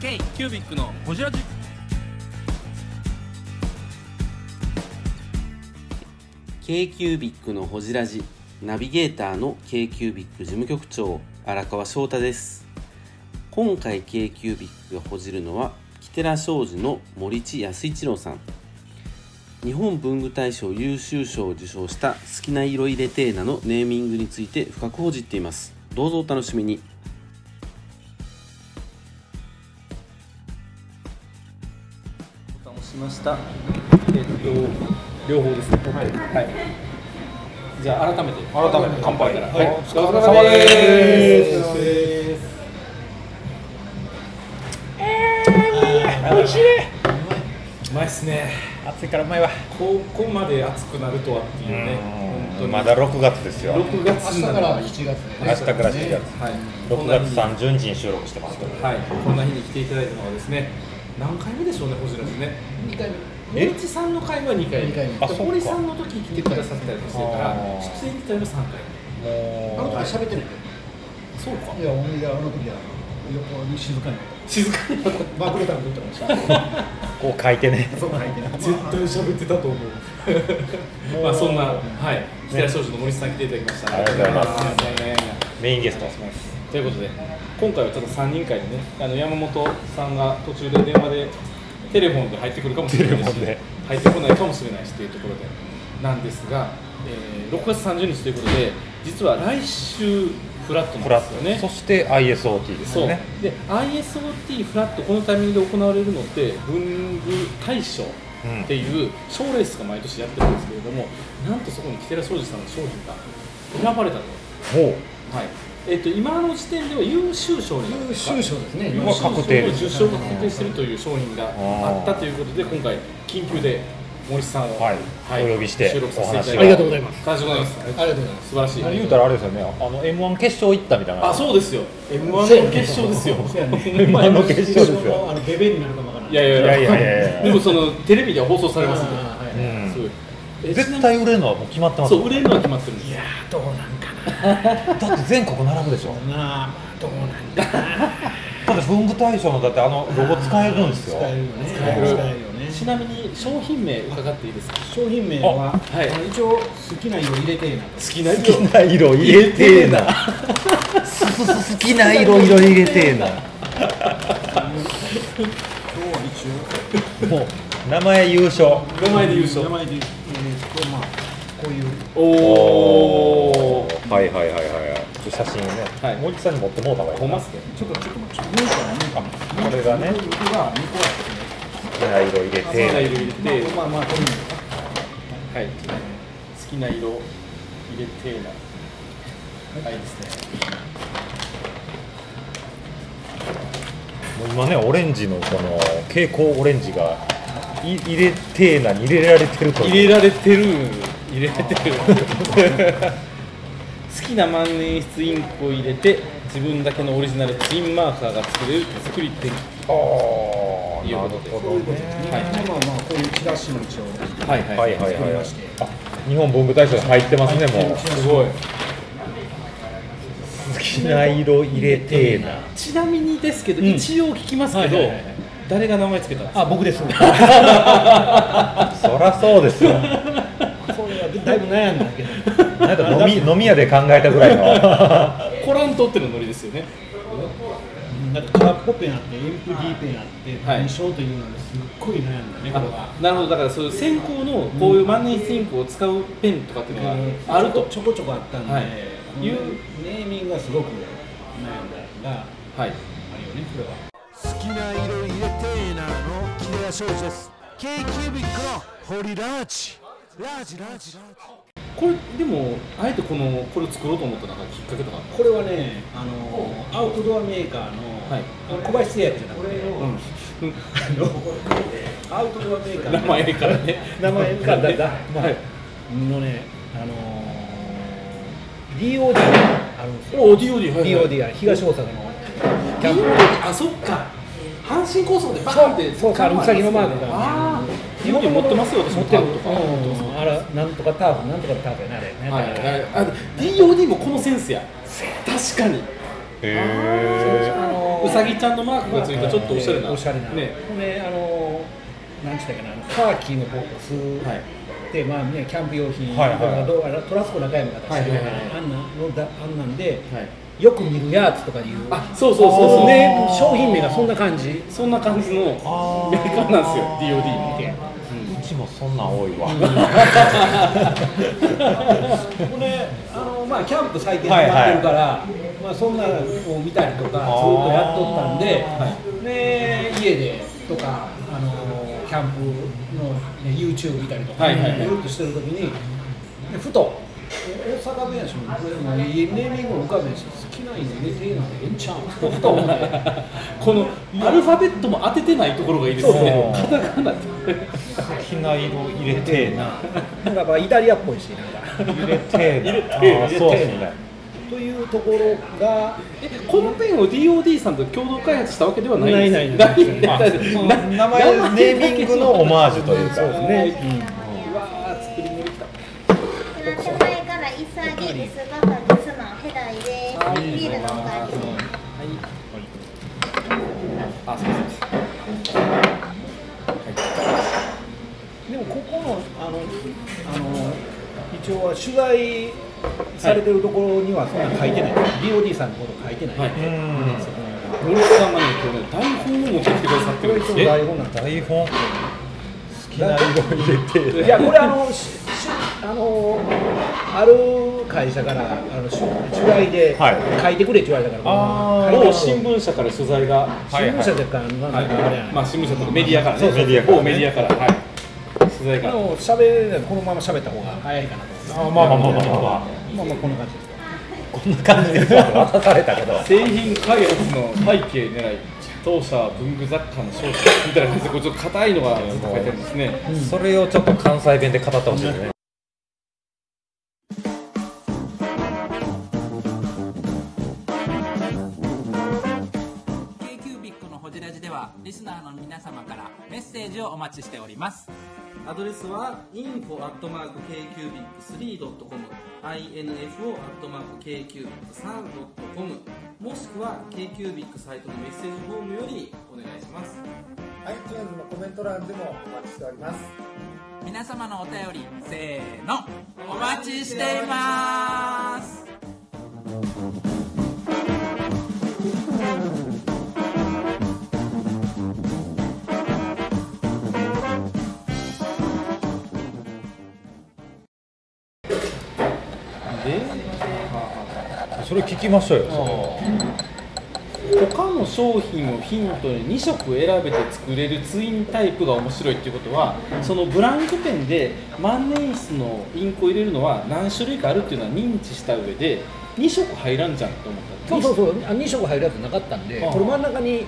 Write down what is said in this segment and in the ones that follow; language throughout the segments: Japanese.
K キュービックのホジラジ。 k c キュービッのほじラジナビゲーターの k c キュービッ事務局長荒川翔太です今回 k c キュービッがほじるのはキテラ商事の森地康一郎さん日本文具大賞優秀賞を受賞した「好きな色入れテーナ」のネーミングについて深くほじっていますどうぞお楽しみにボタン押しました。えっと両方ですね。はい。じゃあ改めて改めて乾杯から。はい。お疲れ様です。うまいっすね暑いからうまいわここまで暑くなるとはっていうね本当にまだ6月ですよ。 6月明日なかのらに7月だよ明日ね。から7月。はい6月30日に収録してますけど。はいこんな日に来ていただいたのはですね何回目でしょうね星野ですね2回目。森地さんの会は2回二回目目で堀さんの時来てくださったりもしてるから出演自体も3回あの時喋ってるんだよ。目そうかいや、俺があの時は横に静かに。静かにバグれたの撮ってました。こう書いてね。そう書いてな。絶対喋ってた と思うまあそんなはい北谷少女の森地さん来ていただきましたありがとうございますますメインゲスト。ということで今回はちょっと3人会でねあの山本さんが途中で電話でテレフォンで入ってくるかもしれないテレフしォンで入ってこないかもしれないしというところでなんですが、えー6月30日ということで実は来週フラットフラなんですよット。そね。して ISOT ですそうよね。で ISOT フラットこのタイミングで行われるのって文具大賞うんっていう賞レースが毎年やってるんですけれどもなんとそこに木寺庄司さんの商品が選ばれたと。もうはい。えっ、と今の時点では優秀賞になるん優ですか秀賞ですね。優は秀賞の確定です受賞が確定しているという商品があったということで今回緊急で森さんを、はいお呼びして収録させていただきお話をありがとうございます。感謝ございます。ありがとうございます。素晴らしい。あれ言うたらあれですよね。あの M1 決勝行ったみたいな。あそうですよ。M1 の決勝 ですよ。そうやね今の決勝ですよ。あのベベになるかもわからない。いやいいやいややいやいやいでやも。そのテレビでは放送されますんで。あーうはいんそうえ絶対売れるのはもう決まってますそ。う売れるのは決まってるんです。いやどうなんかだって全国並ぶでしょ。な。まあどうなんだ。だって文具大賞のだってあのロゴ使えるんですよ使。えるよね。使えるえるよね。ちなみに商品名伺っていいですか。商品名はは、いあの一応好きな色入れてえなと。好きな好きな色入れてえな。好きな色色入れてえな。今日は一応。もう名前優勝。名前で優勝名。前で、えーっと、まあ、こういう。おお。はいはいはいはいはい。ちょっと写真をね、はいもう一さんに持ってもうた方がいいほんな。まあっすね。ちょっと、ちょっと待って、もう一個はね。これがね、僕が二個あってね。好きな色入好きれなて、色入れて、まあまあ、こういうの。はい、好きな色入れてな。はいですね。もう今ね、オレンジのこの蛍光オレンジがい入れてーなに入れられてるという。入れられてる、入れられてる。 好きな万年筆インクを入れて、自分だけのオリジナルツインマーカーが作れる作り手。ああ、なるほどね。まあまあ、こういうチラシの一応。はいははいはい作はいりはまいして。あ、日本文具大賞入ってますね、もう。すごい。好きな色入れてーな。ちなみにですけど、一応聞きますけど、誰が名前つけたんですか。あ僕ですそらそうですよ。これはだいぶ悩んだけど。なんか飲み 飲み屋で考えたぐらいの。コラントってのノリですよね。だってカラッポペンあって、エンプ D ペンあって、はい何しようというのですっごい悩んだね、これは。なるほどだからそういう先行のこういう万年筆インクを使うペンとかっていうのがあると、ちょこちょこあったんで、はいこのいうネーミングがすごく悩んだのがあはいるよね、これは。好きな色入れてーなの木寺庄司です k イキュービックのホリラーチラージラージラージこれでもあえてこのこれを作ろうと思ったなんかきっかけとかこれはね、あのアウトドアメーカーの、はいあの小林製薬じゃなくて、あのアウトドアメーカーの名前からね名前かだだはいのね、あのー、DOD があるんですよ、お DOD はいはい DOD が東大阪のキャンプ DOD あそっか阪神高速でバーンってそうそう看板うさぎのマークがああ DOD 持ってますよ私持もってるパンとかうんあらなんとかターフなんとかターフやなあれね、はいはいあ DOD もこのセンスや確かにへえ。あののうさぎちゃんのマークがついたちょっとおしゃれな、えーおしゃれな、ねほんであのなんて言ったかなあのカーキーのボックスはいで、まあねキャンプ用品とはいはいかどうやらトラスコ中山が出してるようなはいはいはいあんなのだあんなんではい、よく見るやつとかいうあそうそうそうそうでね商品名がそんな感じそんな感じのやりあー方なんですよ DOD ってうちもそんなん多いわ、これあの、まあ、キャンプ最近始まってるから、まあ、そんなのを見たりとかずっとやっとったんで、で家でとかあのキャンプの、ね、YouTube 見たりとか、はいはいはいゆるっとしてる時にでふとえ大阪弁士もこれもネーミングも浮かべんし好きな犬寝てえなんでええんちゃうんとふと思って。 このアルファベットも当ててないところがいいですねそうカタ カナって好きな色入れてえななんかまあイタリアっぽいしなんか 入れてえな入れてえなあーそうですねというところがえこのペンを DOD さんと共同開発したわけではないんですないないなあそのな名前ネーミングのオマージュというかね、うわー作りに来た手前からイサギ、リスバファ、リスマン、ヘダイです。ビールのおかわりです。あそうそうでもここのあのあの一応は取材されてるところにはそんな書いてない、DOD さんのこと書いてない、はいうん森本さんがね今日ね台本を持ってきてくださってるこれん一です応ね台本なんだ台本好きな色入れてえないやこれあのししあのある会社からあの取取材ではい書いてくれって言われたから、あーこの某書い新て聞社から取材が、ははい新聞社でかなんかあれやいまあ、新聞社とかメディアからねそうそうメディアからね某メディアから、はい、取材からもう喋れないこのまま喋った方が早いかなとあーまあまあまあまあまあままあまあこんな感じですあこんな感じです渡されたけど製品開発の背景狙い当社文具雑貨の商品みたいな感じでこれちょっと硬いのがずっと書いてあるんですねそれをちょっと関西弁で語ってほしいですねケーキュービックのホジラジではリスナーの皆様からメッセージをお待ちしておりますアドレスは info.kcubic3.com info.kcubic3.com もしくは KQBIC サイトのメッセージフォームよりお願いします皆様のお便りせーのお待ちしています それ聞きましょうよそれ他の商品をヒントに2色選べて作れるツインタイプが面白いっていうことはそのブランクペンで万年筆のインクを入れるのは何種類かあるっていうのは認知した上で2色入らんじゃんと思ったそんうですそうそう、あ二色入るやつなかったんで、ああこれ真ん中に。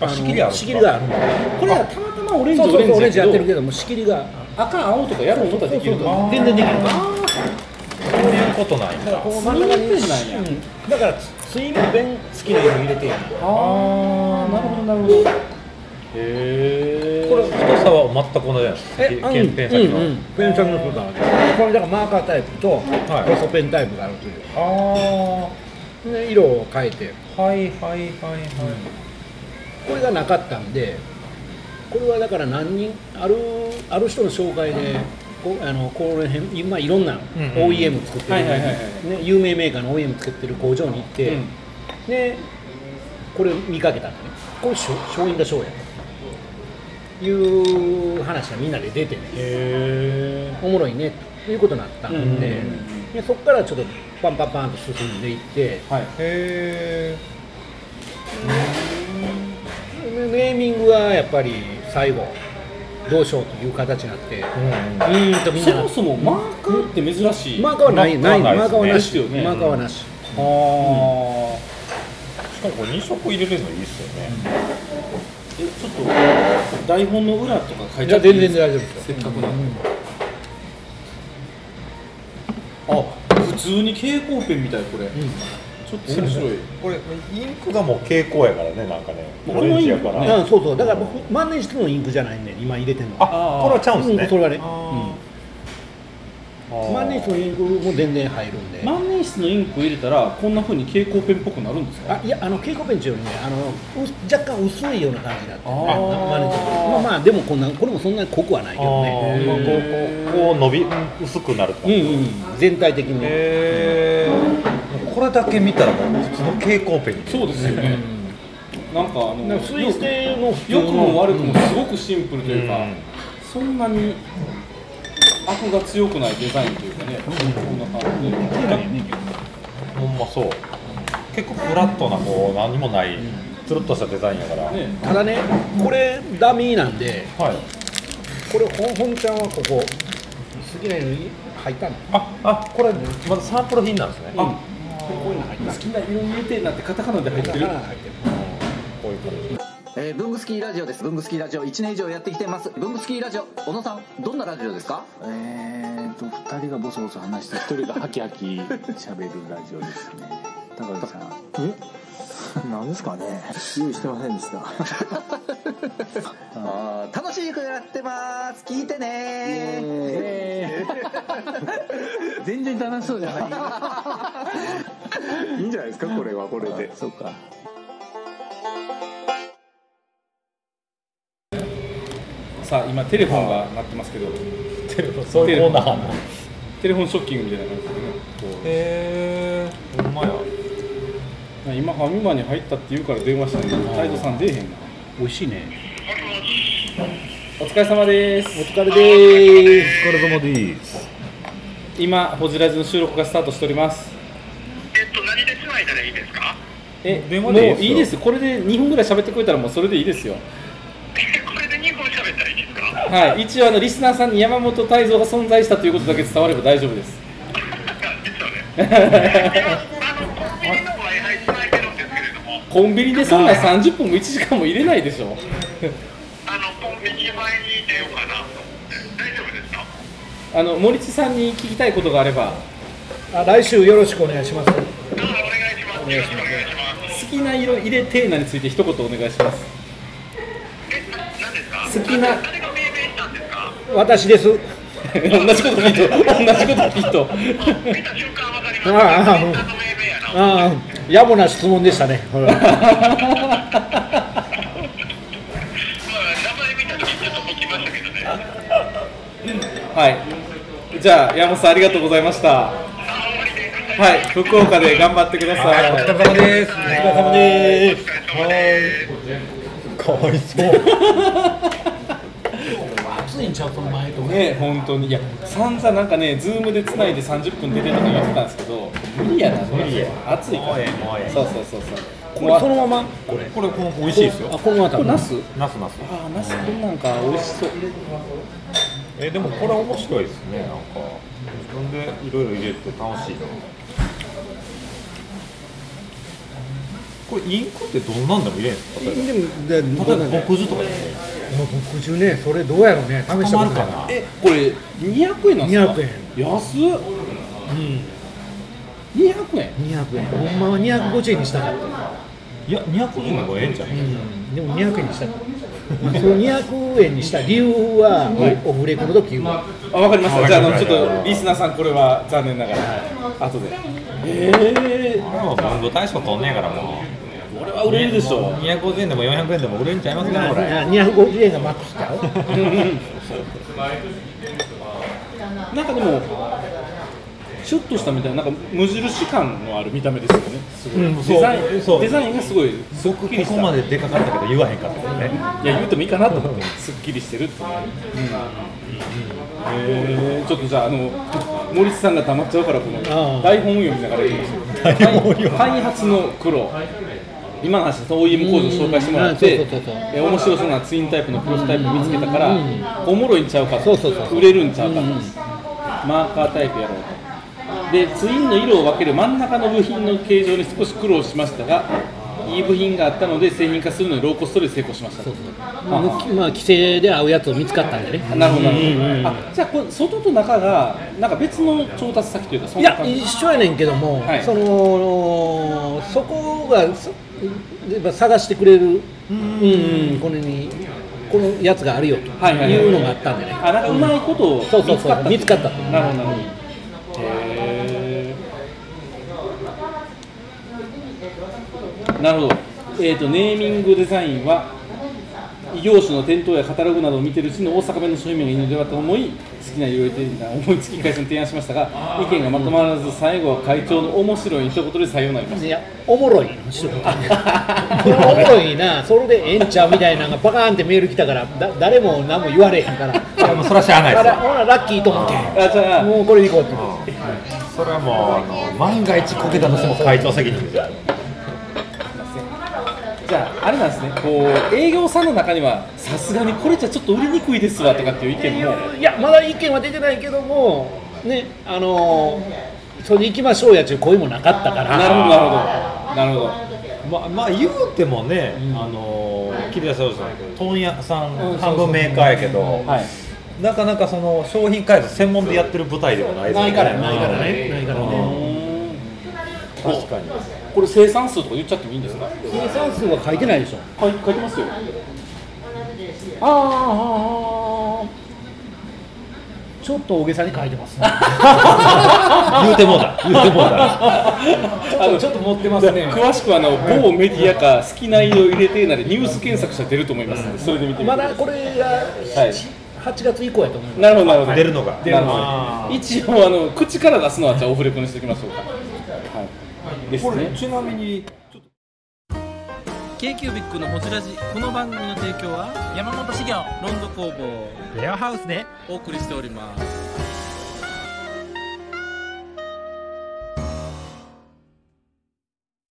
あの仕切りある仕切りがあるんだ。これはたまたまオレンジそうそうそう、オレオレンンジジややけってどるけども、仕切りが。赤青とかやろう思ったらできるとそうそうそう全然できるから。そういうことないだんから、だこの真ん中に。スイングペンなんやうんだから、スイングペン、好きな色入れてやる。ああなるほどなるほどへえこれ太さは全く同じなんですかあん剣ペン先の、うんうんペン先の太さなんでこれだからマーカータイプとはい細ペンタイプがあるといああうで色を変えてはいはいはいはい、これがなかったんでこれはだから何人あるある人の紹介でこうあのこの辺今いろんなうんうん OEM 作ってはいる、はいはいはいね、有名メーカーの OEM 作ってる工場に行って、うんでこれ見かけたんだねこれ商商品だ商やいう話がみんなで出てねおもろいねということになったんで,、うんうんうんでそこからちょっとパンパンパンと進んでいってはいへえでネーミングはやっぱり最後どうしようという形になって。うんうーんとみんそなもそもマーカーって珍しい、マーカーはないマなーいカマーはないですねーカーはなでしすよねマーカーはなしああ、しかもこれ2色入れれるのいいっすよね、えちょっと台本の裏とか書いじちゃゃあってい全いで然す大丈夫ですよせっかくなんで、あ普通に蛍光ペンみたいこれ、ちょっと面白いこれインクがもう蛍光やからねなんかねもうオレンジやかこのインクら、うんそうそうだから僕万年筆のインクじゃないんで今入れてるのはあこれはちゃうんですね、うんそれはねあ万年筆のインクも全然入るんで、万年筆のインクを入れたらこんな風に蛍光ペンっぽくなるんですかあいやあの蛍光ペンっていうよりねあのう若干薄いような感じだったねあー万年筆のまあまあでもこんなこれもそんなに濃くはないけどねまあこうこうこう伸び薄くなるとかうんうん全体的に、へえこれだけ見たらもう普通の蛍光ペンにそうですよねなんかあのなんか水性の普通良のくも悪くもすごくシンプルというか、うんそんなに悪が強くないデザインというかね、こんな感じで、ほんまそう結構フラットなこう何もないつるっとしたデザインやから、ねただねこれダミーなんではいこれ本本ちゃんはここ好きなように入ったのああこれまだサンプル品なんですね、あ好きな色入れてなんてカタカナで入ってるだから入ってるこういう感じえー、ブングスキーラジオです。ブングスキーラジオ1年以上やってきてます。ブングスキーラジオ、小野さん、どんなラジオですかえーと、2人がボソボソ話して、1人がハキハキ喋るラジオですね。高木さん。えなんですかね用意してませんでした。 あー楽しくやってます聞いてね ー全然楽しそうじゃないいいんじゃないですかこれはこれでそうかさあ、今、テレフォンが鳴ってますけど、テレフォンそういうコーナーなんだテレフォンショッキングみたいな感じでねこへえほんまやう、今、ファミマに入ったって言うから電話したんで、態度さん出えへんな、美味しいねお疲れ様です、お疲れでーすお疲れ様です今、ホジラジの収録がスタートしております。えっと、電何話でつないだらいいですかえでいいもでうすよいいです、これで2分ぐらい喋ってくれたら、もうそれでいいです よ。はい、一応あのリスナーさんに山本泰造が存在したということだけ伝われば大丈夫です。 コンビニでそんな30分も1時間も入れないでしょ。あの森地さんに聞きたいことがあれば、あ来週よろしくお願いします好きな色入れテーマについて一言お願いします。好きな私です同じこと聞いと同じこと聞いとああああうんああ野暮な質問でしたねほらはい。じゃあ山本さんありがとうございました。はい、福岡で頑張ってください。れ様ですお疲れ様ですかわいそう暑いんちゃうこの前とね本当にいや散々なんかねズームでつないで30分出てとか言ってたんですけど無理やな無理や暑いからそうそうそうそうこれそのままこれこれこの美味しいですよあこのこれ辺りナスナスナスああナスこんなんか美味しそうえでもこれ面白いですねなんか自分でいろいろ入れて楽しいなこれインクってどんなんでも入れんすか例えでもでば例えば墨図とかですね僕中ねそれどうやろうね試した困こるとなかいなえこれ200円なんですか200円安っ200円200円ほんまは250円にしたかった、いや200円の方がええんじゃないうん、でも200円に したかった、まあ、その200円にした理由はオフレコの時言うわあわかりましたじゃああのわかちりましたょっとリスナーさんこれは残念ながら後でええこれはもう文具大賞取んねえからもこれは売れるでしょう250円でも400円でも売れんちゃいますかこれあ250円がマックスちゃうなんかでもシュッとしたみたいななんか無印感のある見た目ですよねすごい、うんそうデザインそうデザインがすごいすっきりこしたこまででかかったけど言わへんかったよねいや言ってもいいかなと思ってすっきりしてるって、うんえーちょっとじゃああの森さんが溜まっちゃうからこのああ台本読みながら言います台本読む開発の苦労今の話で OEM 工場紹介してもらってうんそうそうそうそうえ面白そうなツインタイプのプロトタイプ見つけたからおもろいんちゃうかとそうそうそうそう売れるんちゃうかとマーカータイプやろうとでツインの色を分ける真ん中の部品の形状に少し苦労しましたがいい部品があったので製品化するのにローコストで成功しましたとまああまあ規制で合うやつを見つかったんでねあなるほどなるほどあじゃあこれ外と中がなんか別の調達先というかそいんなや感じ一緒やねんけども、はいそのそこがそやっぱ探してくれるうんこれにこのやつがあるよとはいはいはいいうのがあったんでね、あなんかうまいことをそうそう見つかそっうた見つかったとなるほどなるほどなるほど、えー、とネーミングデザインは異業種の店頭やカタログなどを見てるうちに大阪弁の商品名がいいのではと思い好きな色々店が思いつき会社に提案しましたが意見がまとまらず最後は会長の面白い一言で採用になりましいやおもろいの一言これ おもろいなそれでええんちゃうみたいなのがパカーンってメール来たからだ誰も何も言われへんからいやもうそれはしゃあないあですらよほらラッキーと思ってたあじゃあもうこれでいこうって言ってそれはもうあの万が一こけたとしても会長責任ですよじゃああれなんですねこう営業さんの中にはさすがにこれじゃちょっと売りにくいですわとかっていう意見もいやまだ意見は出てないけどもねあのーそれで行きましょうやっちゅう声もなかったかならるほどなるほどなるほどまあまあ言うてもね、あの桐谷商事さん問屋さん半分メーカーやけど、はいなかなかその商品開発専門でやってる舞台ではないですよないからないからねないからねうん確かにこれ生産数とか言っちゃってもいいんですか生産数は書いてないでしょ書い書きますよあああちょっと大げさに書いてます、言うてもうだ言うても うだあのちょっと持ってますね。詳しくはあの某メディアか好きな色入れてなでニュース検索したら出ると思いますのでそれで見てみてまくだだこれがさい8月以降やと思いますなるほどなるほど出るのが出るので一応あの口から出すのはじゃあオフレコにしておきましょうかはいですねちなみに k イキュービックのホジラジこの番組の提供は山本資源ロンド工房レアハウスでお送りしております